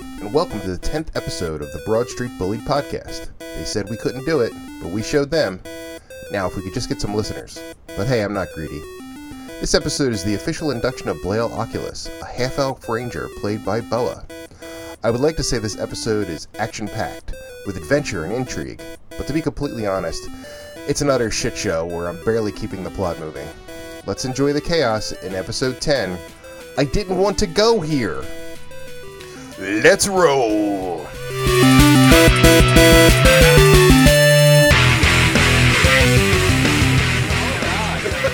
to the 10th episode of the Broad Street Bullied podcast. They said we couldn't do it, but we showed them. Now, if we could just get some listeners. But hey, I'm not greedy. This episode is the official induction of Blail Oculus, a half elf ranger played by Boa. I would like to say this episode is action packed, with adventure and intrigue, but to be completely honest, it's an utter shit show where I'm barely keeping the plot moving. Let's enjoy the chaos in episode 10. I didn't want to go here! Let's roll!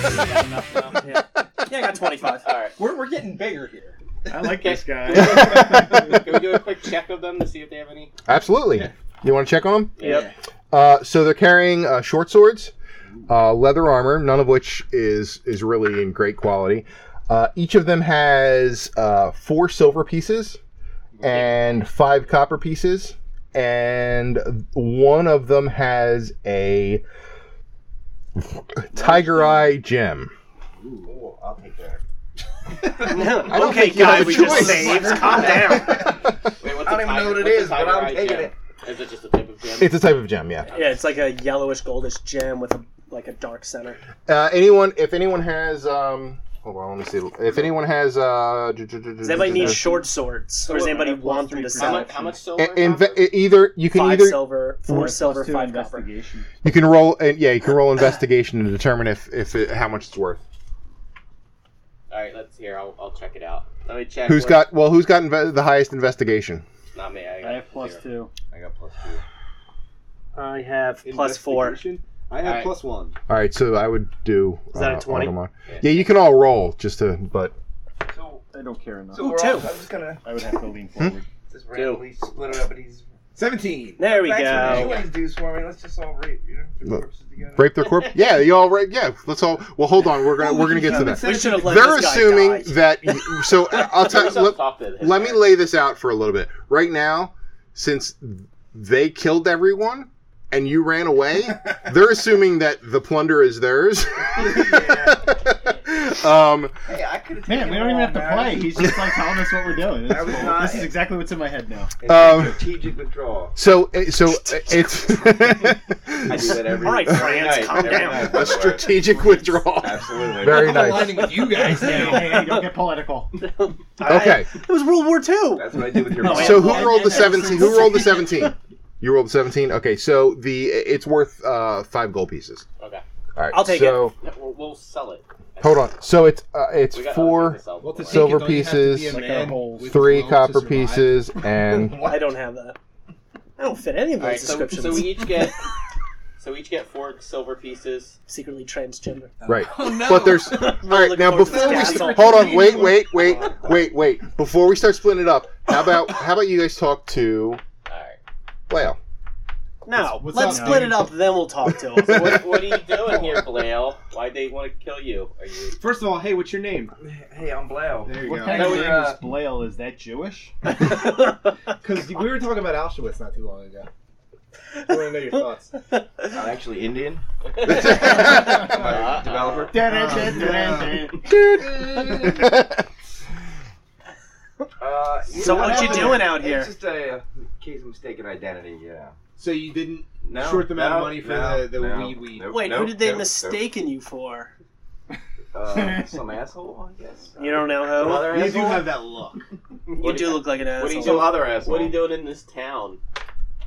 yeah, I got 25. All right. We're, we're getting bigger here. I like this guy. Can we do a quick check of them to see if they have any? Absolutely. You want to check on them? Yep. Uh, so they're carrying uh, short swords, uh, leather armor, none of which is is really in great quality. Uh, each of them has uh, four silver pieces and five copper pieces, and one of them has a tiger eye gem. Ooh, I'll take that. No. I don't okay, think you have guy, a we just choice. saved. Calm down. Wait, what's I don't a even tiger- know what it what's a is, but tiger I'm eye taking gem? it. Is it just a type of gem? It's a type of gem, yeah. Yeah, it's like a yellowish goldish gem with a like a dark center. Uh, anyone, if anyone has, um, hold on, let me see. If anyone has, uh, Does anybody need short swords, or does anybody want them to how, sell? much, how much silver? In, in, copper? e-, either you can Five either silver, four silver, five copper. You can roll, and yeah, you can roll investigation to determine if if it, how much it's worth. All right, let's hear. I'll, I'll check it out. Let me check. Who's what- got well? Who's got inve- the highest investigation? Not me. I, got I have plus zero. two. I got plus two. I have plus four. Investigation? I have Alright. plus one. All right, so I would do. Is that a 20? Audemars. Yeah, you can all roll just to, but So, I don't care enough. so we're two. all, I'm just gonna I would have to lean Hmm? forward. just randomly split it up and he's seventeen. There we Thanks for doing go. what he's doing for me. Let's just all rate, you know, put the Look. corpses together. rape their corp. yeah, you all right? Yeah, let's all. Well, hold on, we're gonna we're gonna get to that. We should have let They're this guy assuming die. that. You, so I'll tell. Let me Let, talk to this let me guy. lay this out for a little bit. Right now, since they killed everyone and you ran away, they're assuming that the plunder is theirs. um, Hey, I could have Man, we don't even have to play. He's just like telling us what we're doing. It's That was cool. not- This is exactly what's in my head now. Um, strategic withdrawal. So, uh, so uh, it's I do that every. All right, every France, night, calm every down. night, by a the way. strategic withdrawal. Absolutely. Very I'm nice. aligning with you guys Hey, now. hey, hey, don't get political. Okay. It was World War II. That's what I did with your. No, mom. So who and- rolled the and- seventeen? Who rolled the seventeen? You rolled the seventeen. Okay. So the it's worth uh, five gold pieces. Okay. All right. I'll take so, it. No, we'll, we'll sell it. Hold on. So it's uh, it's We got other four things to sell Well, to for. take Silver it, don't you have to be pieces, a Like man our holes. with three will to copper survive? pieces and I don't have that. I don't fit any of those All right, so, descriptions. so we each get. So we each get four silver pieces. Secretly transgender. right. Oh no! But there's all right Look now forward to before we this st- castle. hold on wait wait wait wait wait before we start splitting it up how about how about you guys talk to All right. Lael? No, What's let's up, split man? it up, then we'll talk to him. What, what are you doing here, Blail? Why'd they want to kill you? Are you First of all, hey, what's your name? Hey, I'm Blau. There you What go. kind of Hey, name your name is is Blail. Is that Jewish? Because we were talking about Auschwitz not too long ago. I want to know your thoughts. I'm actually Indian. Uh-uh. Developer. Uh, So what you doing out here? It's just a uh, case of mistaken identity. Yeah. So you didn't. No. Short the amount of no, money for no, the- the no, weed we- nope, Wait, who nope, did they nope, mistaken you for? nope. Uh, some asshole, I guess. You don't know Some who? other You do asshole. have that look. You do look like an What are you asshole. Some doing? other asshole. What are you doing in this town?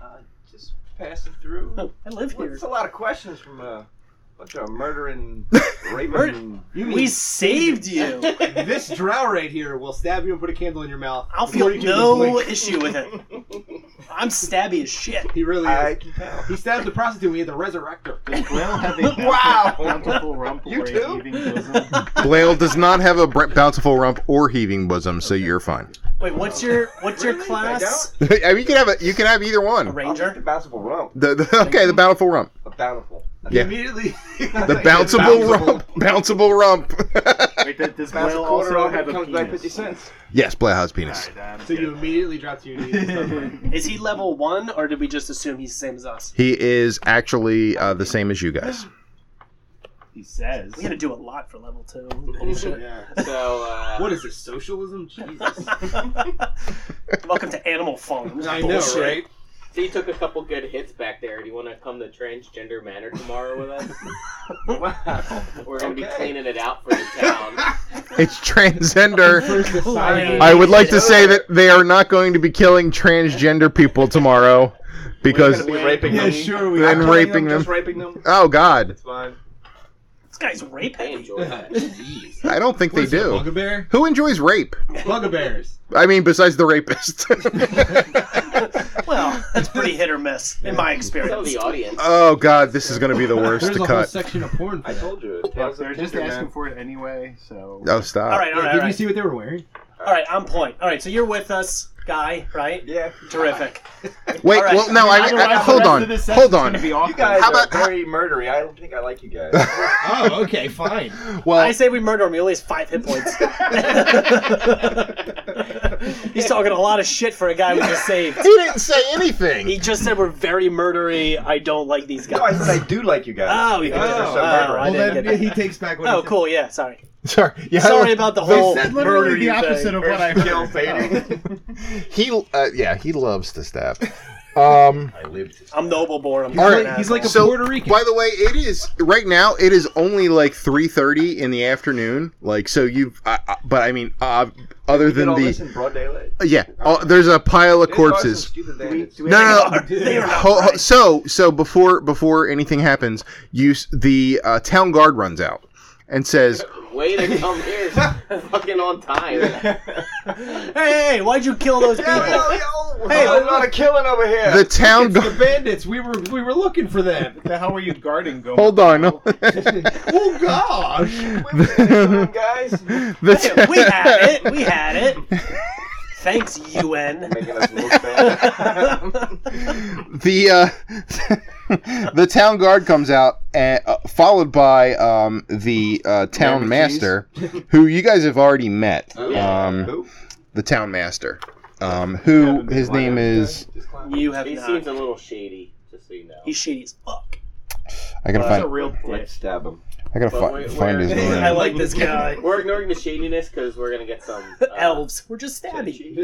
Uh, just passing through. Oh, I live Well, here. It's a lot of questions from a bunch of murdering, raping. Murder- We saved you. this drow right here will stab you and put a candle in your mouth. I'll before feel you can no blink. issue with it. I'm stabby as shit. He really is. I can tell. He stabbed the prostitute. We had to resurrect her. Does Blail have a Wow. bountiful rump You or a too? heaving bosom? Blail does not have a br- bountiful rump or heaving bosom, so you're fine. Wait, what's your what's your Really? class? I mean, you can have a, you can have either A one. I'll take the ranger. bountiful rump. The, the- okay, the bountiful rump, The bountiful. Yeah. Immediately. the bounceable rump, bounceable rump. Wait, does- does Bounce a Blail quarter also off have it a comes back fifty penis? cents. yes, Blail has penis. So you immediately drop to your knees. and start praying. Is he level one, or did we just assume he's the same as us? He is actually uh, the same as you guys. He says. We had to do a lot for level two. yeah. So uh, What is this, socialism? Jesus. Welcome to Animal Farms. I Bullshit. know, right? So you took a couple good hits back there. Do you want to come to Transgender Manor tomorrow with us? Wow. We're going to Okay. be cleaning it out for the town. It's transgender. Lion. I would like to say that they are not going to be killing transgender people tomorrow because We're gonna be raping yeah, them. sure we Then are. Not killing raping Just raping them. oh god, It's fine. This guy's I raping. enjoy that. Jeez. I don't think they do. Bugbear? Who enjoys rape? Bugabears. I mean, besides the rapist. well, that's pretty hit or miss in my Tell experience. the audience. oh god, this is going to be the worst There's to a whole cut. section of porn for I that. told you. It Fuck, was They're a just Tinder, asking man. for it anyway, so. Oh stop. All right, all Yeah, right, all did you right. see what they were wearing? all right. I'm point. All right, so you're with us, guy, right? Yeah. Terrific. Wait, all right. well no, I, Otherwise, I, the hold rest on. of this Hold session's gonna on. Be awkward. You guys How How about- about, are very murdery. I don't think I like you guys. Oh, okay, fine. Well, I say we murder him. He only has five hit points. He's talking a lot of shit for a guy we just saved. he didn't say anything. He just said we're very murdery. I don't like these no, I guys. said I do like you guys. Oh, you Because they're oh, so oh, I murderous. didn't Well, get then that. he takes back what he Oh, said. cool. Yeah, sorry. Sorry. Yeah, Sorry about the whole. said literally murdery the thing. opposite of what I heard. Kill fading. He uh, yeah, he loves to stab. Um I lived. to- I'm noble born. I'm All right, an He's like a So, Puerto Rican. By the way, it is right now. It is only like three thirty in the afternoon. Like so, you've. Uh, uh, but I mean, uh, other Did than all the this in broad daylight. yeah, uh, there's a pile of These are some corpses. stupid Do we- bandits. do we No, have no, any- no. They are not Ho- ho- right. so so before before anything happens, you s- the uh, town guard runs out and says, Way to come here. fucking on time. Hey, hey, hey, why'd you kill those Yeah, people? yo, yo. Hey, Hey, a lot of killing over here. "The town It's the guard." bandits. We were we were looking for them. The hell were you guarding Gomez? Hold on. oh gosh. Wait a minute, guys. The Hey, t- we had it. We had it. Thanks, UN. Making us look bad. the uh, the town guard comes out, and, uh, followed by um, the uh, town master, who you guys have already met. Yeah. Um, Who? the town master, um, who his Why name not? is. Just climb. You have He not. seems a little shady, just so you know. He's shady as fuck. I gotta That's a find. real dick. Let's stab him. I gotta But fi- wait, find his where- name. I like this guy. We're ignoring the shadiness because we're going to get some. Uh, Elves. We're just stabby.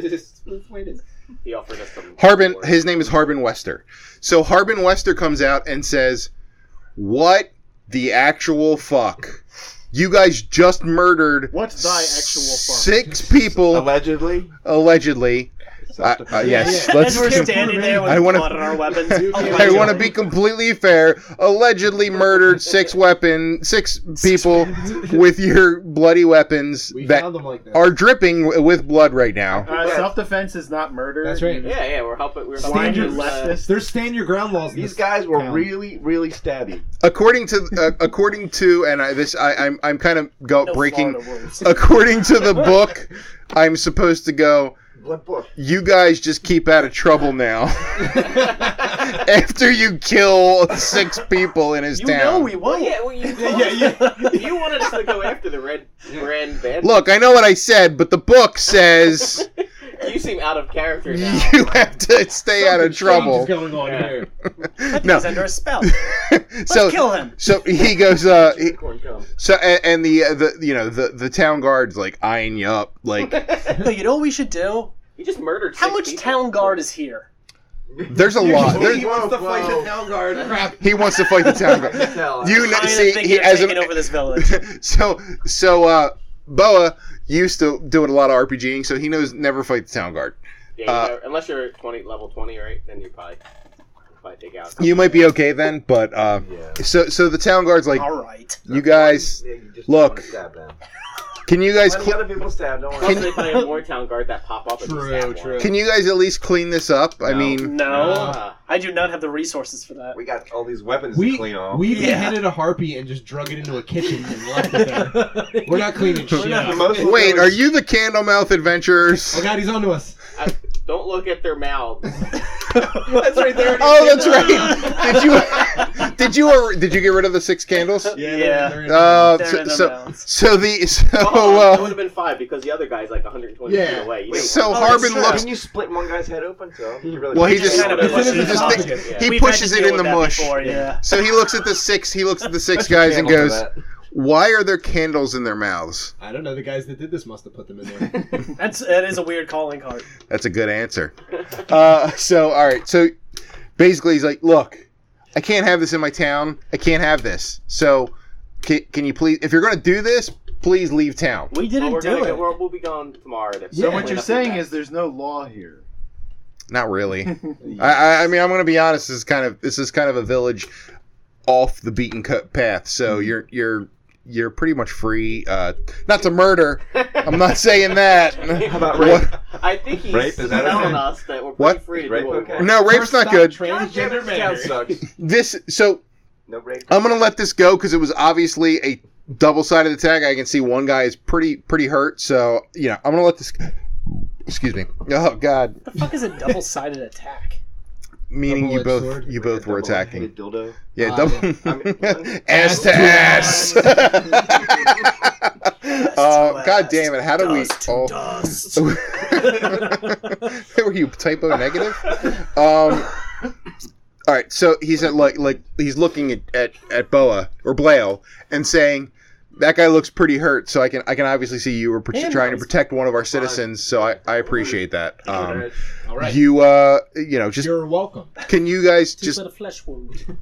He offered us some. Harbin. His name is Harbin Wester. So Harbin Wester comes out and says, "What the actual fuck? You guys just murdered." What's thy actual fuck? Six people Allegedly. allegedly. I- Self-defense. uh, yes, Yeah. let's. As we're standing there with I wanna- blood on our weapons. I want to be completely fair. Allegedly murdered six weapon, six people with your bloody weapons We that found them like that. are dripping w- with blood right now. Uh, Self defense is not murder. That's right. Yeah, yeah, we're helping. We're Stand helping your his, leftist. There's stand your ground laws. in These this guys were town. really, really stabby. According to uh, according to and I, this I, I'm I'm kind of go No breaking. Florida rules. According to the book, I'm supposed to go. What book? You guys just keep out of trouble now. uh, After you kill six people in his You town. know we Well, won't. yeah, well, you, you wanted us to go after the red brand band. Look, I know what I said, but the book says you seem out of character now. you have to stay out of trouble. What's going on Yeah. here? No, He's under a spell. Let's so kill him. so he goes. Uh, he- Unicorn come. so and, and the uh, the you know the the town guards like eyeing you up like No, you know what we should do? You just murdered. How six much people. town guard is here? there's a lot. There's, he wants to Whoa, fight whoa. the town guard. Crap. he wants to fight the town guard. Tell You know, I see think he you're as taking a, over this village. so so uh Boa used to doing a lot of RPGing, so he knows never fight the town guard. Yeah, you Uh, know, unless you're twenty level twenty, right? Then you probably probably take out. You might be okay then, but uh, Yeah. so so the town guard's like, All right. you guys, Yeah, you just Look. want to stab them. can you guys? Plenty cl- other people stabbed. Don't Plus, worry. Can- they play a more town guard that pop up. and True, stab one. true. Can you guys at least clean this up? I No. mean, No, Ah, I do not have the resources for that. We got all these weapons We to clean off. we Yeah. beheaded a harpy and just drug it into a kitchen and left it there. We're not cleaning shit. The up. most wait, are you the Candlemouth Adventurers? Oh god, he's onto us. I- Don't look at their mouths. that's right there. Oh, that's right. Did you did you or- did you get rid of the six candles? Yeah. Yeah. they're- they're- Uh, They're so, in the so mounds. so the so Oh, that would uh, have been five because the other guy's like 120 Yeah. feet away. You Wait, don't so Oh, Harbin it's true. looks. Can you split one guy's head open? So you really Well, he It's just kind of a he mush. just think- Yeah. he We've had pushes to it deal in the with that mush. Before, yeah. So he looks at the six. He looks at the six guys and Handle goes, that. "Why are there candles in their mouths?" I don't know. The guys that did this must have put them in there. That's that is a weird calling card. That's a good answer. Uh, so all right. So basically, he's like, "Look, I can't have this in my town. I can't have this. So can, can you please, if you're going to do this, please leave town." We Well, didn't we're do gonna it. Go, we'll, we'll be gone tomorrow. to- So Yeah. what you're saying is there's no law here. Not really. I, I, I mean, I'm going to be honest. This is kind of this is kind of a village off the beaten cut path. So Mm-hmm. you're you're you're pretty much free. Uh, not to murder. I'm not saying that. How about What- I think he's Rape, is that telling okay? us that we're pretty What? free to Rape, do what we okay. want. No, rape's First not stop, good. Transgender Town marriage. sucks. This so No break. I'm gonna let this go because it was obviously a double sided attack. I can see one guy is pretty pretty hurt, so you know I'm gonna let this. Excuse me. Oh God, the fuck is a double sided attack? meaning you Double-edged both sword? you both were attacking. Double-headed Dildo. Yeah, Ah, double yeah. I mean- ass to Ass ass. to uh, God damn it! How do we? dust to all? dust. were you typo negative? Um, all right, so he's at like like he's looking at, at, at Boa or Blao and saying that guy looks pretty hurt. So I can I can obviously see you were pr- Man, trying to nice. protect one of our citizens. So I, I appreciate that. Um, All right. You, you uh you know just are welcome. can you guys Two just little flesh wound.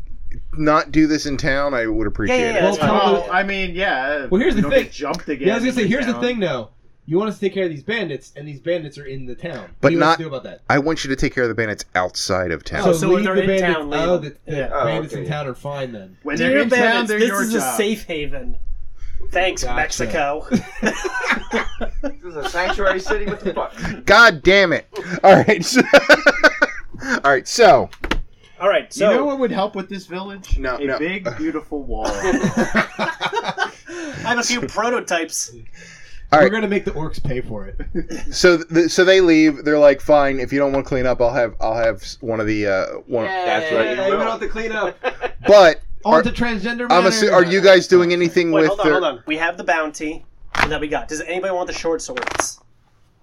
not do this in town? I would appreciate yeah, it. yeah. Well, that's fine. come- Well, I mean, yeah. Well, here's we the don't get thing. Jumped again. Yeah, I was gonna say. in Here's the town. thing, though. You want us to take care of these bandits, and these bandits are in the town. But what do you not- want us to do about that? I want you to take care of the bandits outside of town. Oh, so if leave they're the in bandits, town, leave oh, the, them. the Yeah. Oh, bandits okay, in yeah. town are fine then. When Dear they're in town, bandits, they're this your is job. a safe haven. Thanks, Gotcha. Mexico. This is a sanctuary city. What the fuck? God damn it! All right, so, all right. So All right, so you know what would help with this village? No, a no. big, beautiful wall. I have a few prototypes. All right. We're gonna make the orcs pay for it. So th- so they leave. They're like, fine. If you don't want to clean up, I'll have I'll have one of the uh, one. That's right. Yeah, you don't have to clean up. But On Are- to transgender. I'm matters. assu- are you guys doing anything Wait, with? hold on, their- hold on. We have the bounty that we got. Does anybody want the short swords?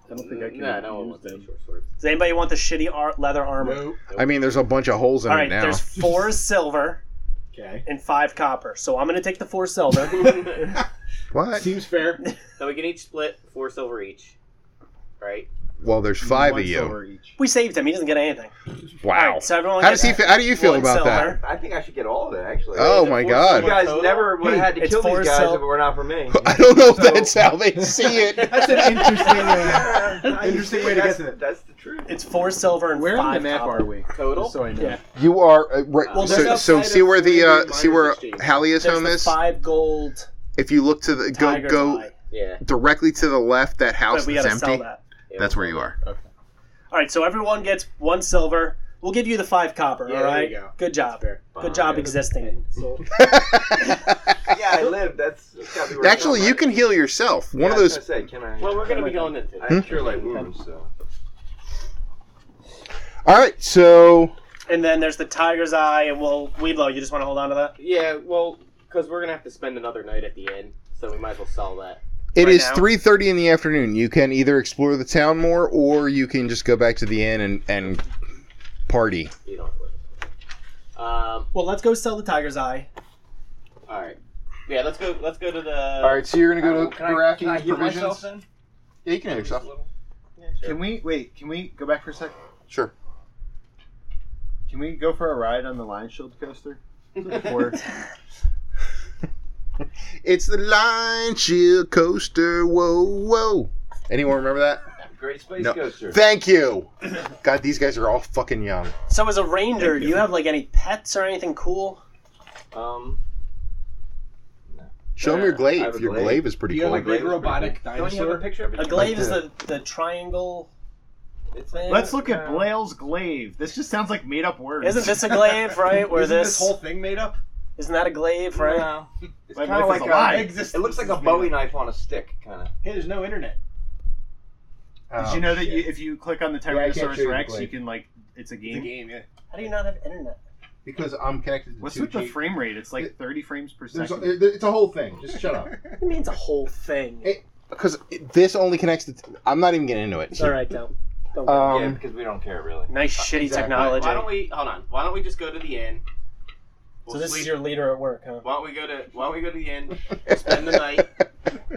I don't think I can. No, no one use wants any them. short swords. Does anybody want the shitty ar- leather armor? No. I mean, there's a bunch of holes in All it right, now. there's four silver Okay. and five copper. So I'm gonna take the four silver. What? Seems fair. so we can each split four silver each, right? Well, there's five One of you. silver each. we saved him. He doesn't get anything. All Wow. right, so everyone How gets does he? Fe- how do you feel one about that? silver. I think I should get all of it actually. Oh it my four God! You guys Total? never would have had to It's kill four these guys cell- if it were not for me. I don't know if So- that's how they see it. That's an interesting. Uh, I Interesting see, way to that's- get to it. That's the truth. It's four silver and where on five the map copper. are we? Total. Just so I know. Yeah. You are uh, right. Well, so, there's so outside see of where the Floridian uh, see where miners exchange. Hallius There's home the is. five gold If you look to the go tiger's go eye, Yeah. directly to the left, that house but we that's gotta sell empty. that. That's where you are. All right, so everyone gets one silver. We'll give you the five copper. Yeah, all there right, you go. good job. fair. Good job existing. Yeah, I live. That's, that's gotta be where Actually, you can heal yourself. One of those. I say, can I? Well, we're gonna be going into. I cure like wounds, so. All right, so And then there's the tiger's eye, and we'll Weeblo. You just want to hold on to that? Yeah. Well, because we're gonna have to spend another night at the inn, so we might as well sell that. It right is now. 3.30 in the afternoon. You can either explore the town more or you can just go back to the inn and, and party. You don't. Um. Well, let's go sell the tiger's eye. All right. Yeah. Let's go. Let's go to Uh, the. All right, so you're going to Uh, go to can I- can I Garafi's heal myself Provisions? then? Yeah, you can heal yourself. Can we wait? Can we go back for a second? Sure. Can we go for a ride on the Lion Shield coaster? Or It's the Lion Shield Coaster. Whoa, whoa. Anyone remember that? Great space No. coaster. Thank you. God, these guys are all fucking young. So, as a ranger, do you have like any pets or anything cool? Um, Show them your glaive. I have a Your glaive. glaive is pretty You have cool. a big robotic don't you have a dinosaur. picture of it? A glaive is the the triangle thing. let's look uh, uh, at Blale's glaive. This just sounds like made up words. Isn't this a glaive, right? Where Isn't this, this whole thing made up? isn't that a glaive, right? No. It's My kind of life like is a. a lie. It looks like a Bowie knife on a stick, kind of. Hey, there's no internet. I Did you know that you, if you click on the Yeah, I can't Tyrannosaurus show you the Rex, you blade. can like it's a It's a game. game, yeah. How do you not have internet? Because I'm connected to What's 2G. with the frame rate? It's like It- 30 frames per There's second. a, it- it's a whole thing. Just shut up. It means a whole thing. Hey. Because this only connects to. I'm not even getting into it. It's all right, though. Um, yeah, because we don't care really. Nice shitty exactly. technology. Uh, Why don't we hold on? Why don't we just go to the end? so this is sleep- your leader at work, huh? Why don't we go to Why don't we go to the end, spend the night,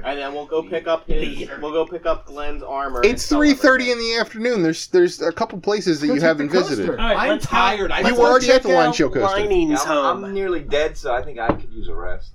and then we'll go pick up his. We'll go pick up Glenn's armor. It's three thirty in the afternoon. There's there's a couple places that you haven't visited. All right, I'm let's- tired. I You just were want- already at the check wine out show coaster. Yeah, Lining's I'm, home. I'm nearly dead, so I think I could use a rest.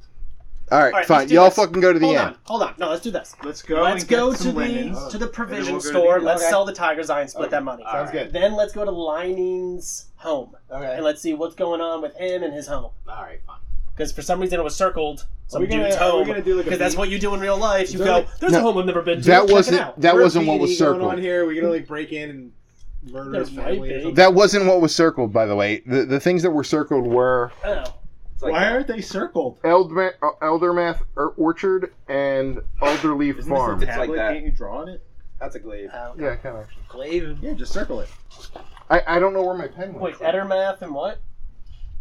All right, All right, fine. let's do Y'all this. fucking go to the hold end. on, hold on. No, let's do this. Let's go. let's and get go some to linens. the to the we'll provision go to the store. end. let's Okay. sell the tiger's eye and split that money. Sounds good. Then let's go to Lining's home Okay. and let's see what's going on with him and his home. All right, fine. Because for some reason it was circled some we gonna- dude's are we home. gonna do like a Because that's beat? what you do in real life. Is You there go, like- "There's a No, home I've never been to." That Check it wasn't out." that We're wasn't what was beating E going on circled. here. We're gonna like break in and murder There his might family. be. Or something. That wasn't what was circled, by the way. The the things that were circled were Oh. It's like Why aren't they circled? Eldma- uh, Eldermath or Orchard and Alderleaf Isn't Farm. this a It's tablet? like that. Can't you draw on it? that's a glaive. Oh. yeah, kind of. Glaive. Yeah, just circle it. I, I don't know where my pen Wait, went. Edermath and what?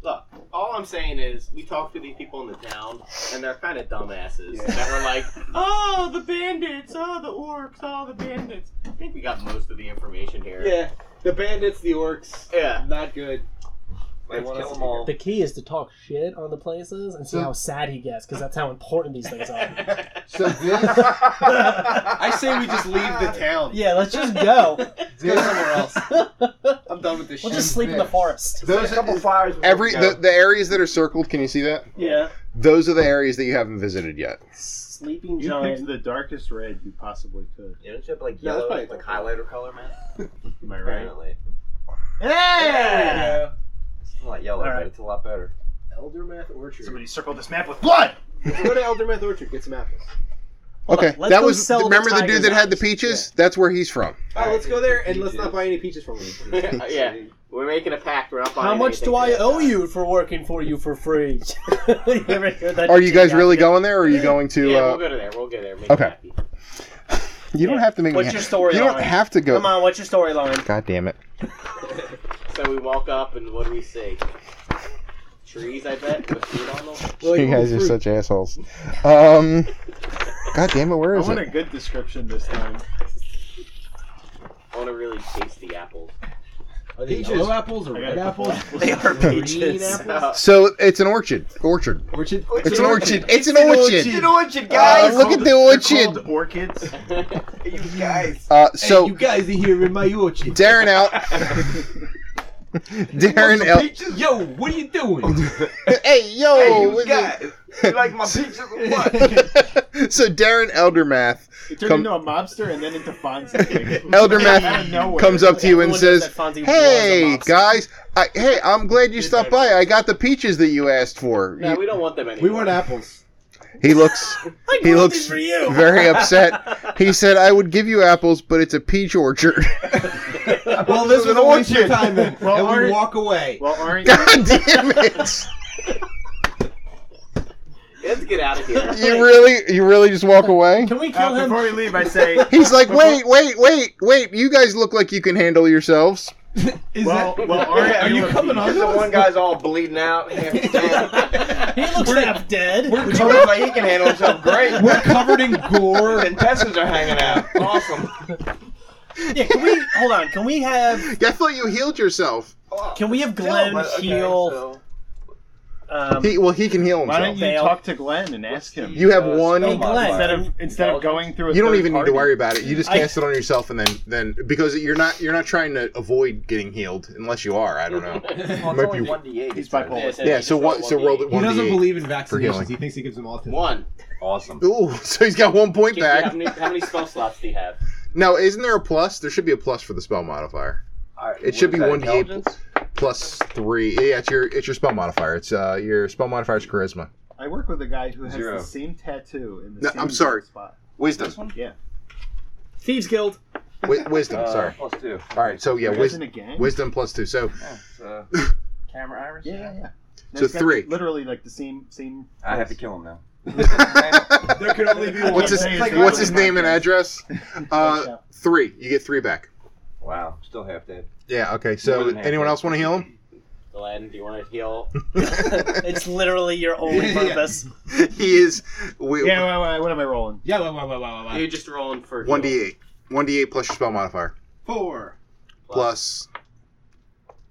Look, all I'm saying is we talk to these people in the town, and they're kind of dumbasses. That we're like, oh, the bandits, oh, the orcs, oh, the bandits. I think we got most of the information here. Yeah. The bandits, the orcs. Yeah. Not good. They Let's want kill us them all. The key is to talk shit on the places and see how sad he gets, because that's how important these things are. So this I say we just leave the town. yeah, let's just go. Go somewhere else. I'm done with this We'll shit. just sleep in the forest. those a couple fires. would every go. the, the areas that are circled. Can you see that? Yeah. Those are the areas that you haven't visited yet. Sleeping You picked giant. the darkest red you possibly could. You don't you have like Yeah, that's yellow, probably like highlighter color, man? Am I right? Apparently, Yeah! Yeah. it's not yellow, Alright. but it's a lot better. Eldermath Orchard. Somebody circled this map with blood. Go to Eldermath Orchard. Get some apples. Hold okay, on, let's that go was sell the remember the, tiger's dude that had the eyes. peaches. That's where he's from. All right, let's go there and let's Peaches. not buy any peaches from him. yeah, we're making a pact. We're not buying How much anything do I today. owe you for working for you for free? You ever hear that Are you shit guys out really there? going there? or Are you going to? Yeah, we'll uh, go to there. We'll go there. Make okay. it happy. you don't have to make. me What's ha- your story You don't line? have to go. Come on, what's your storyline? God damn it! So we walk up, and what do we see? Trees, I bet, with fruit on them. you guys are such assholes. Um, God damn it! Where I is want a it? good description this time. I want to really taste the apples. Are they Peaches. yellow apples or I got red a couple. apples? They are Green peaches. apples? So it's an orchard. Orchard. Orchard. It's an orchard. It's an an orchard. orchard. orchard, Uh, They're look at called- the they're orchard. called orchids. you guys. Uh, Hey, so you guys are here in my orchard. Darren out. Darren out. Peaches? Yo, what are you doing? Hey yo. Hey, you what guys. You like my peaches or what? the- so Darren Eldermath, It turned Come- into a mobster and then into Fonzie. Out of Eldermath nowhere. comes up to you and Everyone knows says, that Fonzie was a "Hey mobster." guys, I, hey, I'm glad you stopped by. I got the peaches that you asked for." No, we don't want them anymore. we want apples. He looks I he bought looks these for you. very upset. He said, "I would give you apples, but it's a peach orchard." Well, this was an a waste of orchard. time then. Well, and we aren't- walk away. Well, aren't God damn it! Let's get out of here. You really, you really just walk away? Can we kill uh, him? before we leave, I say. He's like, "Wait, wait, wait, wait! You guys look like you can handle yourselves." Is Well, that, well, aren't are you a coming peach? on the us? one guy's all bleeding out, half dead. he looks half dead. We're He covered, looks like he can handle himself great. we're covered in gore. His intestines are hanging out. Awesome. Yeah, can we hold on? Can we have I thought you healed yourself. can we have No, Glenn but- okay, heal? so- um, He, well, he can heal Why himself. don't You, you Fail. talk to Glenn and ask him have Uh, one. Hey, Glenn. instead of instead of going through? A You don't third even need party. to worry about it. You just I- cast it on yourself, and then then because you're not you're not trying to avoid getting healed unless you are. I don't know. Well, it's Might only be- 1d8. He's bipolar. Yeah, so what- so roll the- He doesn't 1d8 believe in healing. vaccinations. He thinks he gives them autism. One. Awesome. Ooh, so he's got one point Can you- How back. many, how many spell slots do you have? Now, isn't there a plus? There should be a plus for the spell modifier. Alright, It should what be is that, 1d8. intelligence? Plus three. Yeah, it's your it's your spell modifier. It's uh your spell modifier's charisma. I work with a guy who has Zero. the same tattoo in the No, same I'm sorry. spot. Wisdom. Yeah. Thieves Guild. Wi- wisdom. Uh, sorry. Plus two. All right. So You yeah, guys wis- in a gang? wisdom plus two. So Yeah, it's, uh, camera iris? Yeah, yeah, yeah. So It's got three. Literally like the same same. I have to kill him now. There could only be one. What's his thing. It's What's his like- name and address? Uh, three. You get three back. Wow, still half dead. Yeah. Okay. More So, than half anyone dead. else want to heal him? Glenn, do you want to heal? It's literally your only Yeah. purpose. he is. We, Yeah, wait, wait, what am I rolling? Yeah, wow, wow, wow, wow, wow. You're just rolling for One heal. d eight. One d eight plus your spell modifier Four. plus.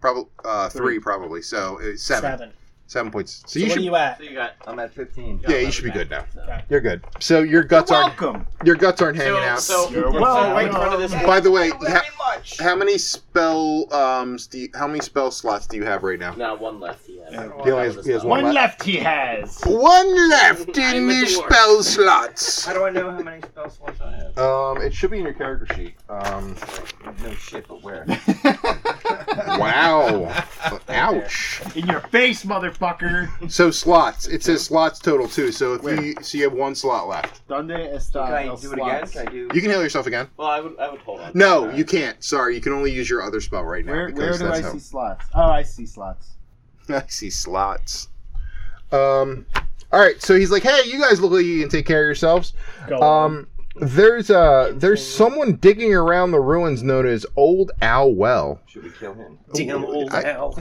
Probably uh, three, probably. So uh, seven. Seven. Seven points. So So you what should. are you at? So you got. I'm at 15. yeah, you should be good now. Okay. You're good. So your guts aren't Welcome. your guts aren't hanging So, out. so, You're so welcome. right in front of this. By the way, ha- much. how many spell um do you, how many spell slots do you have right now? No, one left. He has. He only has, he has one, left. he has. One left in I'm with the the Lord. spell slots. How do I know how many spell slots I have? Um, it should be in your character sheet. Um, No shit, but where? wow, ouch. In your face, motherfucker. So slots. It says slots total too. So if you so you have one slot left, Donde Can está I el do it again? slots? Can I do? you can heal yourself again. Well, I would, I would hold on. No, you can't. Sorry, you can only use your other spell right now Where, where because do I that's see slots? Oh, I see slots. how I see slots. Um, all right. So he's like, hey, you guys look like you can take care of yourselves. Go. Um, there's uh, there's someone digging around the ruins known as Old Owl Well. Should we kill him? Damn old I- hell.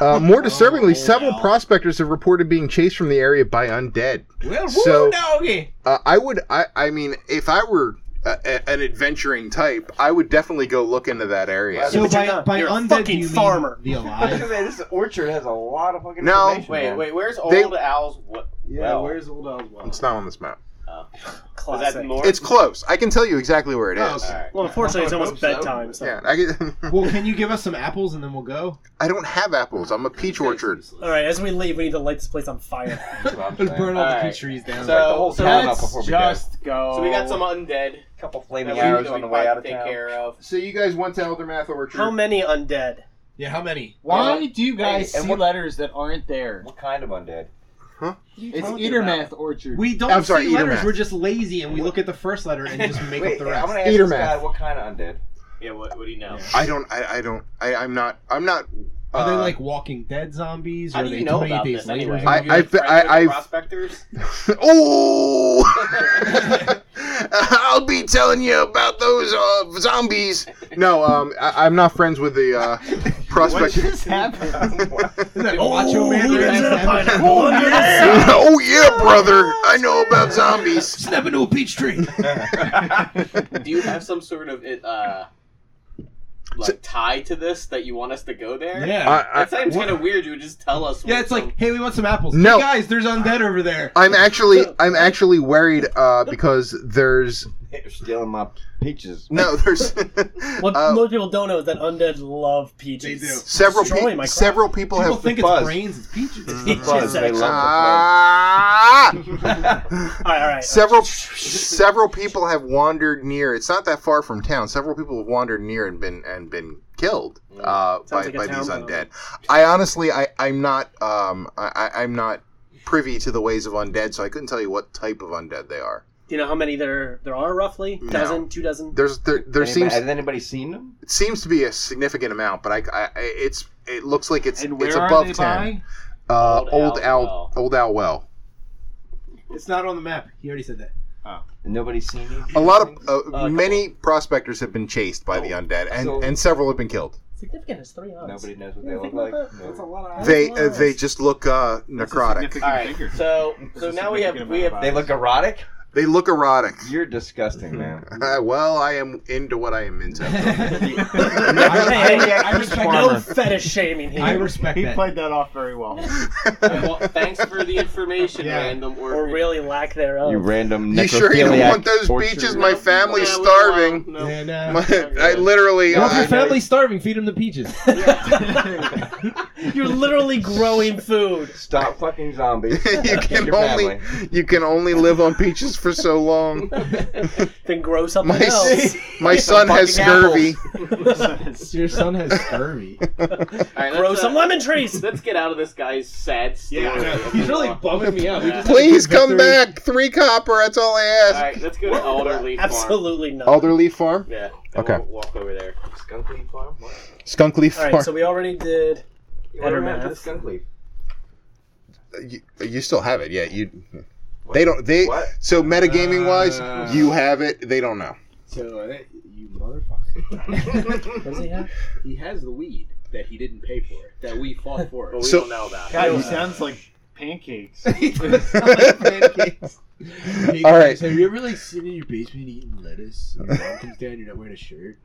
Uh, more disturbingly, Old several Owl. prospectors have reported being chased from the area by undead. Well, So- woo, doggy. Uh, I would, I, I mean, if I were a, a, an adventuring type, I would definitely go look into that area. Yeah, So but you're by, not. by You're a undead, fucking you mean farmer. The Man, alive. this orchard has a lot of fucking No. information. Wait, man. wait. Where's old They- Al's? What? Yeah, well, where's old Al's well? It's not on this map. was that Classic. north? It's close. I can tell you exactly where it Oh, is. All right. Well, unfortunately, it's I almost hope so. bedtime. So. Yeah, I, can, Well, can you give us some apples and then we'll go? I don't have apples. I'm a peach orchard. All right, as we leave, we need to light this place on fire. That's what I'm Let's saying. burn all the Alright. peach trees down. So- Light the whole town up before we go. Just go. So we got some undead A couple that flaming we, arrows that on we the way probably out of take town. care of. So you guys went to Eldermath Orchard. How many undead? yeah, how many? Why do you guys Hey, and see what- letters that aren't there? What kind of undead? It's Eatermath Orchard. We don't I'm sorry, see letters. Eatermath. We're just lazy and we look at the first letter and just make Wait, up the I'm rest. gonna ask Eatermath. this guy what kind of undead. Yeah. What? What do you know? I don't. I, I don't. I, I'm not. I'm not. Uh, Are they like Walking Dead zombies? How Or do are you they know 28 about days this later? anyway? I- Are you I've- friends I- with I've- prospectors. Oh! I'll be telling you about those uh, zombies. No, um, I- I'm not friends with the uh, What prospect. just happened? Isn't that Macho Man? who lives in a pineapple under the sea? oh yeah, brother! I know about zombies. Snap into a peach tree. Do you have some sort of it, uh, like tie to this that you want us to go there? Yeah. I, That sounds I, kind of weird. You would just tell us. yeah, what it's some- like, hey, we want some apples. No. Hey, guys, there's undead over there. I'm actually, I'm actually worried uh, because there's They're stealing my peaches. no, there's What Oh. uh, most people don't know is that undead love peaches. They do. several Destroy pe- my crop. several people People have think it's fuzz. brains, it's peaches. Fuzz, they love ah. the fuzz. All right, all right. several several people have wandered near. It's not that far from town. Several people have wandered near and been and been killed uh, by, Sounds like a by town these phenomenon. undead. I honestly, I I'm not um I I- I'm not privy to the ways of undead, so I couldn't tell you what type of undead they are. Do you know how many there there are roughly? No. Dozen, two dozen. There's there there Anybody- seems Has anybody seen them? it seems to be a significant amount, but I, I I- it's it looks like it's And it's where are above they ten. Uh, Old old Owl owl, Well. old owl well. It's not on the map. He already said that. And nobody's seen you? A lot of uh, couple. many prospectors have been chased by the undead, and So- and several have been killed. Significant is three odds. Nobody knows what they look like. No. lot They uh, they just look uh, necrotic. All right. So so now we have we have They look erotic? They look erotic. You're disgusting, man. Uh, well, I am into what I am into. Hey, hey, I respect no fetish shaming here. I respect He that. played that off very well. well, thanks for the information, Yeah. random or, or really lack thereof. You random you sure you don't necrophiliac want those torture. beaches? My family's Yeah, we- starving. no. And, uh, My, I literally. well, if your I, family's starving, feed them the peaches. You're literally growing food. Stop fucking zombies. you can Your only uh, you can only live on peaches for so long. Then grow something My else. s- my son has scurvy. your son has scurvy. All right, Grow let's, uh, some lemon trees. Let's get out of this guy's sad story. He's really bumming me out. We just had a Please good come victory. back. Three copper. That's all I All ask. right, let's go to Elderly Farm. Absolutely not. Alderleaf Farm, Yeah. and Okay. We'll walk over there. Skunkleaf farm? What? Skunkleaf All Farm. right, so we already did. You want Better to remember the math. skunkleaf? you, you still have it, yeah? You They don't. They What? so metagaming wise, Uh. you have it. They don't know. So uh, you motherfucker. does he have? he has the weed that he didn't pay for that we fought for. But we So- don't know about God, it. he sounds like pancakes. Hey, All guys, right. Have you ever like sitting in your basement eating lettuce? And your mom comes down, you're not wearing a shirt.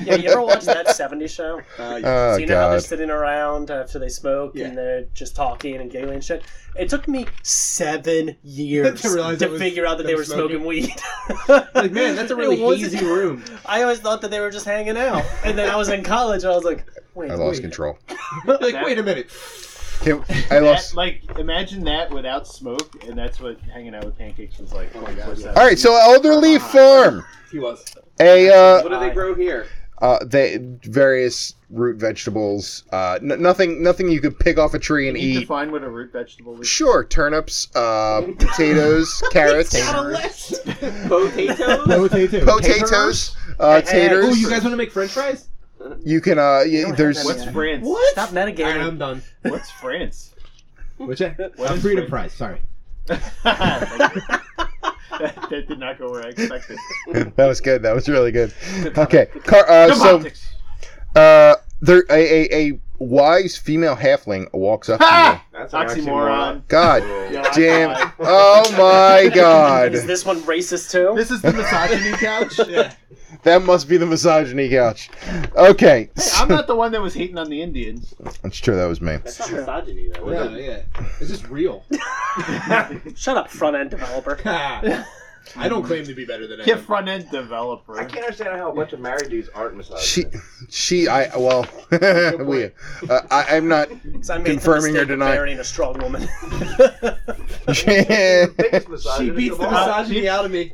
Yeah, you ever watch that '70s show? Uh, Oh so you know how they're god. sitting around after they smoke Yeah. and they're just talking and giggling and shit. It took me seven years To to, realize that was- figure out that that they were was smoking, smoking. weed. like man, that's a really It wasn't- hazy room. I always thought that they were just hanging out, and then I was in college. and I was like, wait, I lost Wait. control. You're like, That- wait a minute. Can, I That, lost. like, imagine that without smoke, and that's what hanging out with pancakes was Oh like. my God, yeah. 24/7. All right. So elderly farm. He was. A uh, What do they grow here? Uh, they various root vegetables. Uh, n- nothing, nothing you could pick off a tree and Can you eat. define what a root vegetable is? Sure, turnips, uh, potatoes, carrots, Potatoes? Potato. potatoes, uh, Hey, hey, hey. taters. Oh, you guys want to make French fries? You can. Uh, You yeah, don't have there's. that What's Yeah. France? What? Stop All right, metagaming. I'm done. What's France? What's that? What Uh, is freedom fries. French? Sorry. that, that did not go where I expected. that was good. That was really good. Okay. Car, uh, so, Politics. uh, there a, a a wise female halfling walks up to Ha! you. That's an Oxymoron. God Yeah, damn! I- Oh my Is God! this one racist too? This is the misogyny couch. That must be the misogyny couch. Okay. Hey, I'm not the one that was hating on the Indians. I'm sure that was me. That's not misogyny, though. is Yeah, it? yeah. This is real. Shut up, front end developer. I don't claim to be better than Get anyone. front end I developer. can't understand how a bunch of married dudes aren't massages. She, she, I well, we, uh, I, I'm not. 'Cause I made the Confirming mistake or of denying. Marrying a strong woman. Biggest She misogynist beats of the all. misogyny out of me.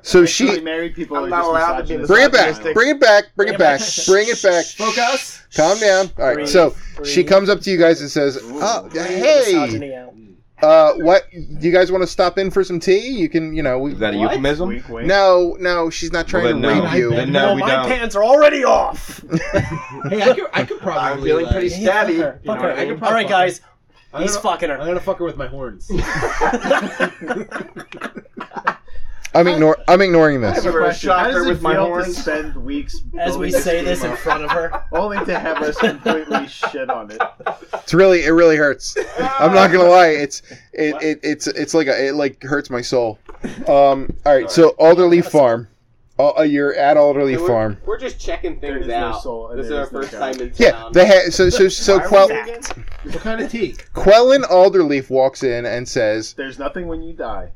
so Actually, she, married people I'm are not just allowed to be misogynists. bring it back, bring it back, bring it back, bring it back. Focus. Calm down. All right. So she comes up to you guys and says, "Oh, hey, Misogyny out. uh, what? You guys want to stop in for some tea? You can, you know, we." Is that a euphemism? Wink, wink. No, no, she's not trying Well, to then no. rape you. Then no, oh, we my don't. pants are already off. Hey, I could, I could probably. I'm feeling like- pretty Yeah, fuck stabby. her, fuck You know what her. I mean? All right, guys, I'm he's gonna- fucking I'm her. gonna fuck her with my horns. I'm ignore. I'm ignoring I this. have a question. How How does does it it feel feel to to spend weeks As we say this in front of her, only to have us completely shit on it? It's really, it really hurts. I'm not gonna lie. It's, it, it it's, it's like a, it like hurts my soul. Um. All right. So elderly farm. Uh, you're at elderly Hey, we're- farm. We're just checking There things is no out. soul and this is there our is no first God. time in Yeah, town. they ha- so so so Quell what kind of tea? Quellen Alderleaf walks in and says, There's nothing when you die.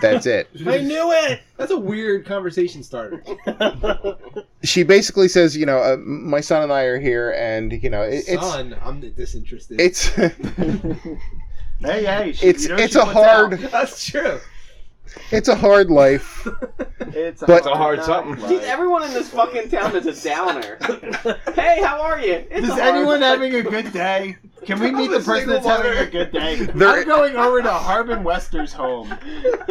"That's it." I knew it. That's a weird conversation starter. She basically says, "You know, uh, my son and I are here, and you know, it, it's Son, I'm the disinterested. it's Hey, hey, she, it's you know it's she a puts hard That's true. it's a hard life." out- It's a but- It's a hard something. knock Dude, life. everyone in this fucking town is a downer. hey, how are you? It's Is a anyone hard- having a good day? Can we meet I'm the a person single that's having mother. a good day? There- I'm going over to Harbin Wester's home.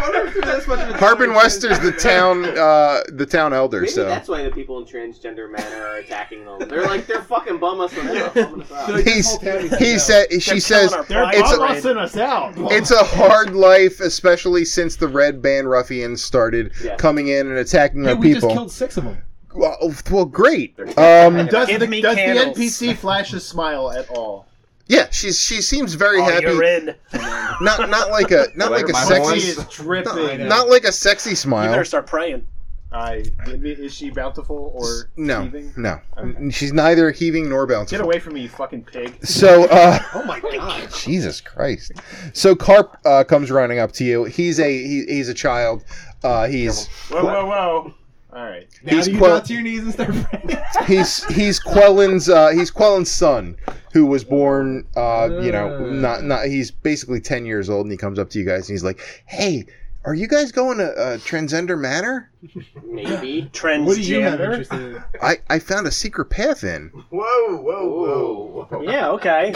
Harbin Wester's the town uh, the town elder, Maybe so that's why the people in transgender manner are attacking them. They're like they're fucking bum us when they're bumming us out. he's he said she says They're It's a- bossing us out. it's a hard life, especially since the Red Band ruffians started Yeah. coming in and attacking Hey, our we people. just killed six of them. well, well, great. Um, Does, Give the, me does the candles. NPC flash a smile at all? yeah, she's she seems very Oh, happy. you're in. not not like a not like Whatever a my sexy horns. She is dripping. not like a sexy You smile. better start praying. I, is she bountiful or No, thieving? no, Okay. she's neither heaving nor Get bouncing. away from me, you fucking pig! So, uh, Oh my god. Jesus Christ! So Carp uh, comes running up to you. He's a he, he's a child. Uh, he's Whoa, whoa, whoa! All right. Now He's do you quote- drop to your knees and start praying? he's he's Quellen's uh, he's Quellen's son, who was born uh, you know not not he's basically ten years old, and he comes up to you guys and he's like, "Hey, are you guys going to uh, Transgender Manor? Maybe. What do you have Transgender. interest in? I I found a secret path in." Whoa, whoa, whoa. Yeah. Okay.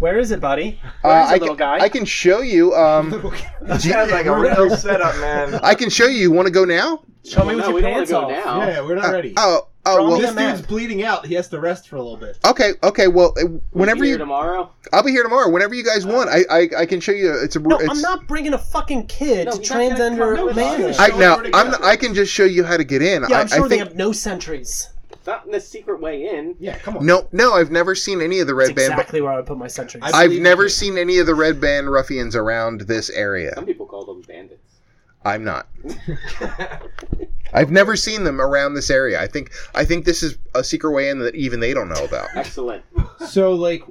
Where is it, buddy? Uh, Where's the I little can- guy? I can show you. Um, do you- That's like a real setup, man. I can show you. You want to go now? Show Well, me with no, your we don't pants wanna off. go now. Yeah, we're not ready. Oh, Oh Draw me well. a Oh. This man. dude's bleeding out. He has to rest for a little bit. Okay. Okay. Well, uh, whenever Here you, tomorrow. I'll be here tomorrow. Whenever you guys want, I, I, I can show you. It's a. No, it's, I'm not bringing a fucking kid No, to you're not gonna come transgender with man. us. I Show now. her to I'm. get Not, I can just show you how to get in. Yeah, I, I'm sure I they think. have no sentries. It's not in the secret way in. Yeah, come on. No, no, I've never seen any of the That's red band. exactly where I would put my sentries. I- I've believe never you. seen any of the red band ruffians around this area. Some people call them bandits. I'm not. I've never seen them around this area. I think I think this is a secret way in that even they don't know about. Excellent. So like,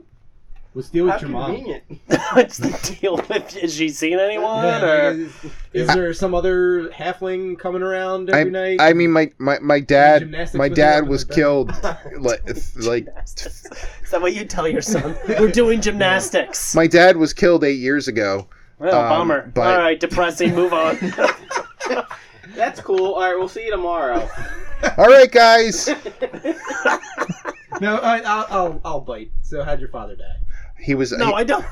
let's deal with How your mom. convenient. What's the deal with? Has she seen anyone? Yeah, or is, is there some other halfling coming around every night? I mean, my my, my dad gymnastics my with him dad up was in the killed like, like Gymnastics. Is that what you tell your son? We're doing gymnastics. my dad was killed eight years ago. well, um, bummer. but- All right, depressing. Move on. That's cool. All right, we'll see you tomorrow. All right, guys, No, I, I'll, I'll, I'll bite. So, how'd your father die? he was no, I don't.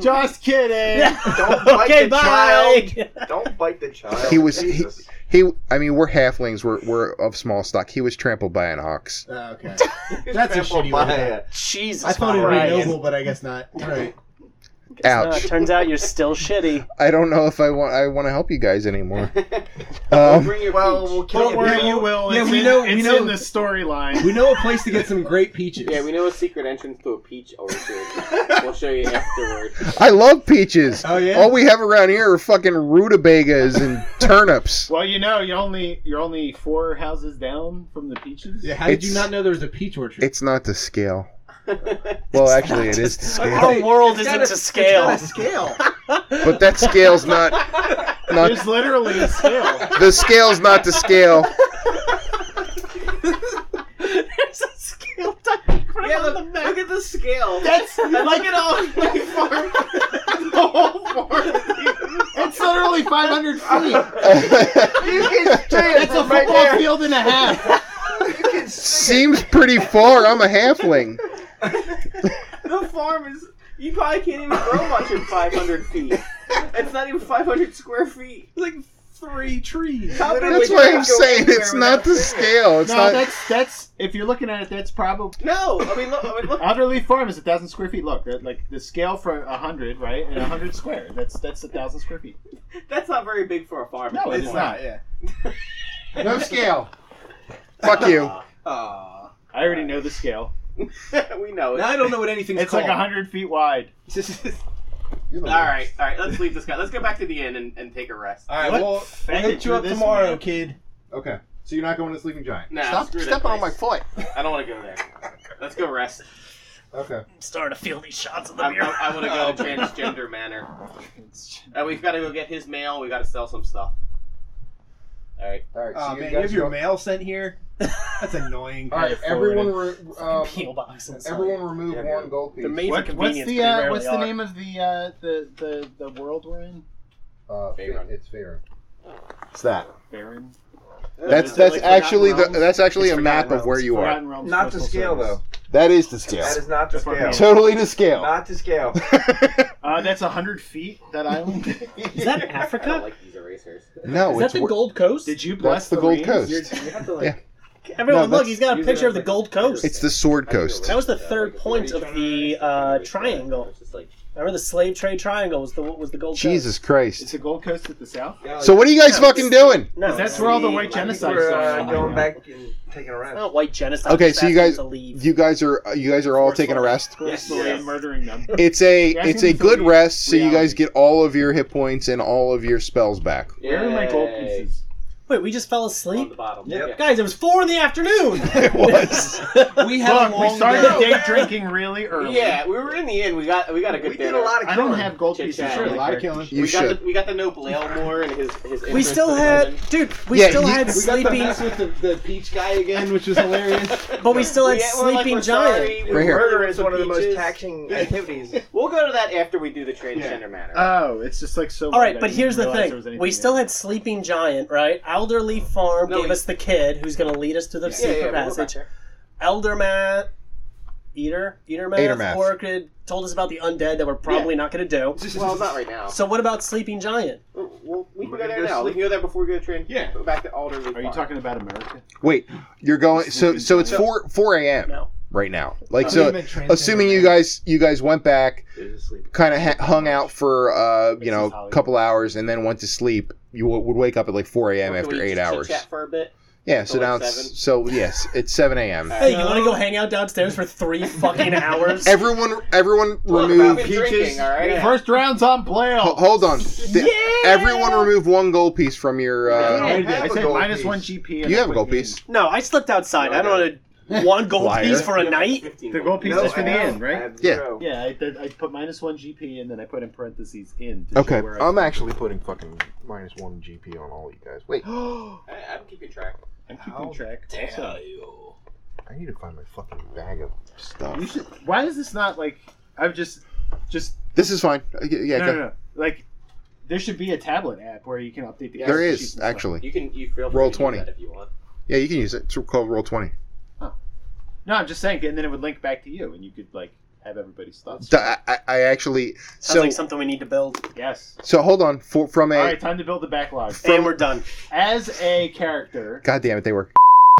Just kidding. Yeah. Don't bite okay, the bye. Don't bite the child. He was- he- Jesus. he, I mean, we're halflings. We're we're of small stock. He was trampled by an ox. Oh, Ah, okay. He That's a trampled shitty by way to a- Jesus. I thought it Christ. would be noble, but I guess not. All right. No, Ouch! it turns out you're still shitty. I don't know if I want I want to help you guys anymore. We'll Um, bring your Well, peach. we'll kill Don't worry, you. you will. Yeah, it's we in, know- It's we know- in the storyline. We know a place to get some great peaches. Yeah, we know a secret entrance to a peach orchard. we'll show you afterward. I love peaches. Oh, yeah? All we have around here are fucking rutabagas and turnips. Well, you know, you only you're only four houses down from the peaches. Yeah, how did you It's- not know there was a peach orchard? It's not to scale. Well, actually, it is to scale, Our world It's isn't got a- to scale. It's got a scale. but that scale's not not There's literally a scale. the scale's not to scale. There's a scale diagram Yeah, on look, the map. look at the scale. That's like at all my farm. The whole farm. it's literally 500 feet. You can see it It's a from right football there. field and a half. You can see it. Seems pretty far. I'm a halfling. The farm is. You probably can't even grow much in 500 feet. It's not even 500 square feet. Like Three trees. how big would That's you why have I'm to go saying anywhere it's not without to figuring it? scale. It's no, not. that's that's if you're looking at it, that's probably No, I mean look. I mean look. Elderly farm is a thousand square feet. Look, that- like the scale for a hundred, right? And a hundred square. That's that's a thousand square feet. That's not very big for a farm. No, it's not. Yeah. no scale. Fuck you. Aww. I already know the scale. we know it. Now I don't know what anything's It's called. like a hundred feet wide. All right, all right. Let's leave this guy. Let's go back to the inn and, and take a rest. All right, What well, I'll faggot hit you drew up this tomorrow, man? kid. Okay. So you're not going to Sleeping Giant. Nah, Stop screw that stepping on my place. foot. I don't want to go there. Let's go rest. Okay. I'm starting to feel these shots in the I, mirror. I, I want to go to transgender manor. And we've got to go get his mail. We got to sell some stuff. All right. All right. So Oh, you man, you guys have your go- mail sent here? That's annoying. All right. Everyone. Re- um, P.O. box and stuff. everyone remove Yeah, one yeah. gold piece. They're made for What, what's convenience. the but they uh, rarely what's the are. name of the uh, the the the world we're in? Uh, Faerun. It's Faerun. It's that. Baron. That's Is it that's like actually the Forgotten Realms? that's actually It's a map Forgotten of where Realms. you are. Forgotten Realms Not to Postal scale, Service. though. That is to scale. That is not to That's what scale. Totally to scale. Not to scale. Uh, that's hundred feet. That island. Is that I don't Africa? like these erasers. No, Is that Oh, it's the wor- Gold Coast? Did you that's bless the Gold rings? Coast. You have to like. Yeah. Everyone, No, look, he's got a that's- picture of the Gold Coast. It's the Sword Coast. That was Uh, the third point of the, uh, triangle. Remember the slave trade triangle was the was the Gold Jesus Is Christ. the Gold Coast at the south? So what are you guys fucking doing? Coast. No, Oh, That's that's where all the the- white genocide We're uh, going going back and taking a rest. not white genocide. Okay, just so you asking guys- to leave. You guys are uh, you guys are all taking a rest. Personally, Yes. murdering them. It's a You're it's asking a for good re- rest, so you guys reality. get all of your hit points and all of your spells back. Where are my gold pieces? Wait, we just fell On the asleep, bottom. Yep. Yeah. guys. It was four in the afternoon. It was. We had a Look, we long started day. the day drinking really early. Yeah, we were in the inn. We got we got a good We did dinner. a lot of I don't killing. have gold Chit pieces. chat. for Sure, a my lot of character. killing. You we got should. the, we got to know Blailmore and his his. we still had, dude. We Yeah, still he- had We got the sleeping, mess with the, the peach guy again, which was hilarious. but we still had Yeah, we're like, sleeping we're giant. sorry, Right here. Murder is some one of the most peaches. taxing activities. We'll go to that after we do the transgender manner. Oh, it's just like so. All white, right, I but didn't here's the realize there was thing: anything we in still it. had Sleeping Giant, right? Elderly Farm No, gave he- us the kid who's going to lead us to the yeah, secret yeah, we'll go back passage. there. Elder Matt, Eater, Eater Matt, Eatermath. Orchid told us about the undead that we're probably not going to do. Well, not right now. So what about Sleeping Giant? well, we can We're go gonna there go now. We sleep. can go there before we go to train. Yeah. Go back to Alderley. Are you Farm. talking about America? Wait, you're going. So so it's So- four four a.m. No. right now. Like I'm so, even transcending assuming you that. guys you guys went back, There's a sleep. kind of ha- hung out for uh This you know is how a you- couple hours, and then went to sleep. You w- would wake up at like four a.m. Or can we after eight just hours. chit-chat for a bit. Yeah. So till, now like, it's seven? so yes, it's seven a.m. Hey, you want to go hang out downstairs for three fucking hours? Everyone everyone Talk remove. about drinking, all right? First round's on playoff. Ho- hold on. The- Everyone remove one gold piece from your. Yeah. Uh, I, I don't have a said gold minus piece. one GP. you have a gold piece. No, I slept outside. I don't want one gold Liar. piece for a night. The gold piece No, is for I the have- end, right? I have Yeah. Oh. zero. Yeah, I, did- I put minus one GP and then I put in parentheses in. To Okay, show where I I'm stand. actually putting fucking minus one GP on all you guys. Wait, I, I'm keeping track. I'm keeping track. Also, I need to find my fucking bag of you stuff. should. Why is this not like? I've just, just This is fine. Uh, y- Yeah, no, go. no, no. Like, there should be a tablet app where you can update the. there sheets is and stuff. actually. You can you feel free Roll to do 20. that if you want. Yeah, you can use it. It's called Roll Twenty. No, I'm just saying, and then it would link back to you, and you could like have everybody's thoughts. D- I, I- I actually. Sounds So like something we need to build. yes. so hold on. For, from a. All right, time to build the backlog. and we're done. As a character, God damn it, they were.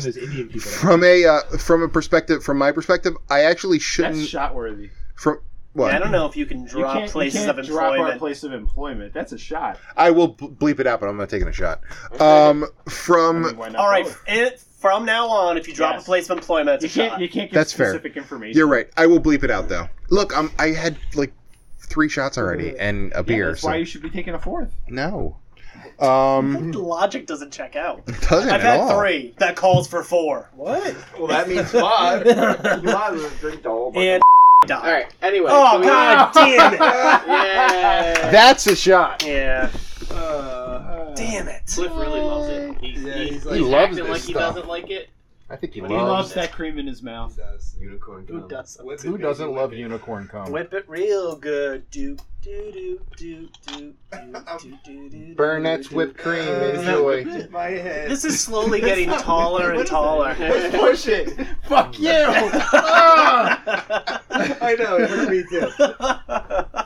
There's Indian people. From a uh, from a perspective from my perspective, I actually that's shouldn't shot worthy. from Yeah, what I don't know if you can You drop can't, places you can't of drop our employment. place of employment. That's a shot. I will b- bleep it out, but I'm not taking a shot. Um, I from mean, why not All right, both? it, from now on, if you drop Yes. a place of employment, it's a You can't. shot. You can't get That's fair. specific information. you're right. I will bleep it out though. Look, I'm I had like three shots already and a Yeah, beer. that's so. why you should be taking a fourth. No. I think Um, the logic doesn't check out. it doesn't I've at had all. three. That calls for four. What? Well, that means five. you might as well drink the whole bunch. And All right. Anyway. Oh, so we- God damn it. Yeah. That's a shot. Yeah. Uh, Damn it. Cliff really loves it. He's, Yeah, he's, he's he's like- He loves acting this like he stuff. doesn't like it. I think he But He He loves loves loves. that cream in his mouth. does Uh, unicorn Who cum. doesn't? Whip it, Who baby, doesn't whip love it. unicorn cum? um, Whip it real good. Do, do, do, do, do, do, do, do, do. Burnett's do, whipped do. cream. Uh, Enjoy. hit My head. This is slowly getting taller and taller. Let's push it. Fuck you. I know. It hurt me too.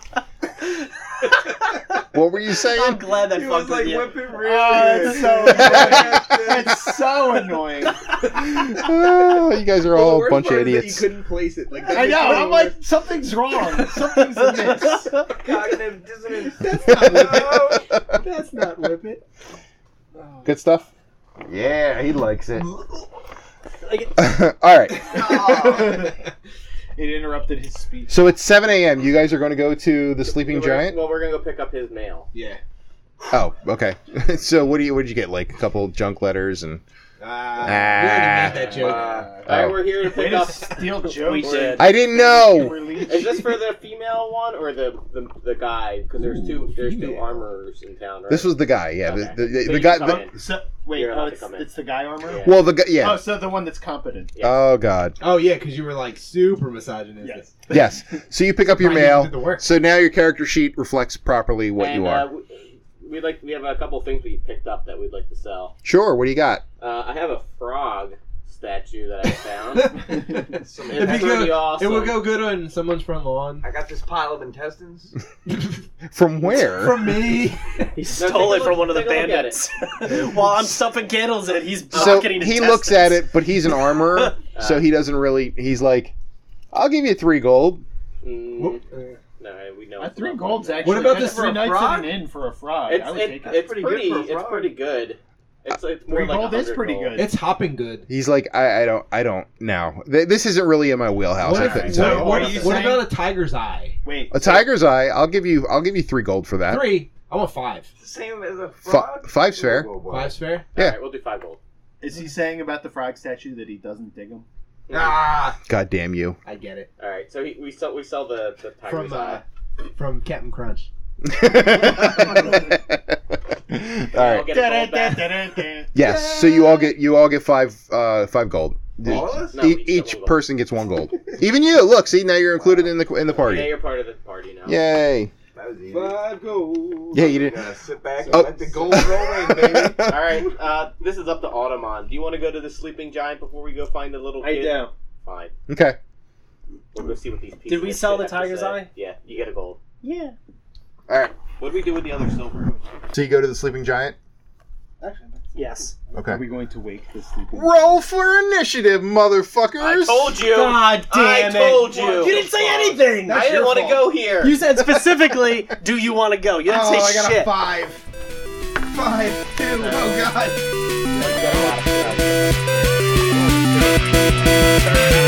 What were you I'm saying? glad that It was fucked like with you. whipping real. Oh, good. that's so That's so annoying. Oh, you guys are Well, the all a worst bunch of part is that idiots. You couldn't place it. Like that I makes know. it I'm worse. like, something's wrong. Something's amiss. cognitive dissonance. That's not whip it. That's not whip it. Good stuff. Yeah, he likes it. Like- all right. It interrupted his speech. So it's 7 a.m. You guys are going to go to the Sleeping We're gonna- Giant. Well, we're gonna go pick up his mail. yeah. Oh, okay. so what do you? What did you get? Like a couple junk letters and. Uh, Ah. We already made that joke. Uh, Oh. All right, we're here to Way pick to up. steal We jokes. did. I didn't know. We're leech. Is this for the female one or the the, the guy? Because there's two Ooh, there's two female. armorers in town. Right? This was the guy. Yeah, Okay. the, the, So the you guy. come the- in. So, wait, You're allowed oh, to it's, come in. it's the guy armor? Yeah. well, the guy. Yeah. Oh, so the one that's competent. yeah. Oh God. Oh yeah, because you were like super misogynistic. Yes. Yes. So you pick up your Mine mail. did the work. So now your character sheet reflects properly what and, you are. Uh, we- we'd like we have a couple things we picked up that we'd like to sell. sure. What do you got? Uh, I have a frog statue that I found. it's It'd be pretty good. awesome. It would go good on someone's front lawn. I got this pile of intestines. From where? me. He No, stole take it a from look- one of the take a look at bandits. While I'm stuffing candles in, he's so pocketing he intestines. looks at it, but he's an armorer, Uh, so he doesn't really. He's like, I'll give you three gold. Mm, no, hey, we know. Uh, it's three not golds, one. actually. What about That's this for three a nights frog? in an inn for a frog? I It's would it, take it. it's pretty pretty, good for a it's frog. pretty good. It's it's more Three like gold is 100 pretty gold. good. It's hopping good. He's like, I, I don't, I don't know. Th- This isn't really in my wheelhouse. What I if- couldn't so tell you. what What, are you saying? about a tiger's eye? Wait. A tiger's eye. I'll give you. I'll give you three gold for that. Three. I want five. Same as a Fi- frog. five's fair. Whoa, whoa, whoa. Five's fair. Yeah. All right, we'll do five gold. Is he saying about the frog statue that he doesn't dig him? Ah, God damn you! I get it. All right, so he, we sell we sell the the tiger's From uh, eye. from Captain Crunch. All right. I'll get a gold back. Yes. So you all get you all get five uh five gold. All of us? No, E- each each gold. person gets one gold. Even you. Look, see now you're included in the in the Yeah, party. you're part of the party now. Yay! That was easy. Five gold. Yeah, you did. Gotta sit back and Oh. let the gold roll in, baby. All right, uh, this is up to Automon. Do you want to go to the sleeping giant before we go find the little I kid? do. Fine. Okay. We'll go see what these people. we sell the tiger's eye? Yeah, you get a gold. Yeah. All right. What do we do with the other silver? So you go to the sleeping giant. Yes. Okay. we going to wake the sleeping? Roll for initiative, motherfuckers. I told you. God I damn it! told you. You didn't say anything. I didn't want to go here. You said specifically, "Do you want to go?" You didn't Oh, I say got a shit. five. Five, two. Oh, God. Turn it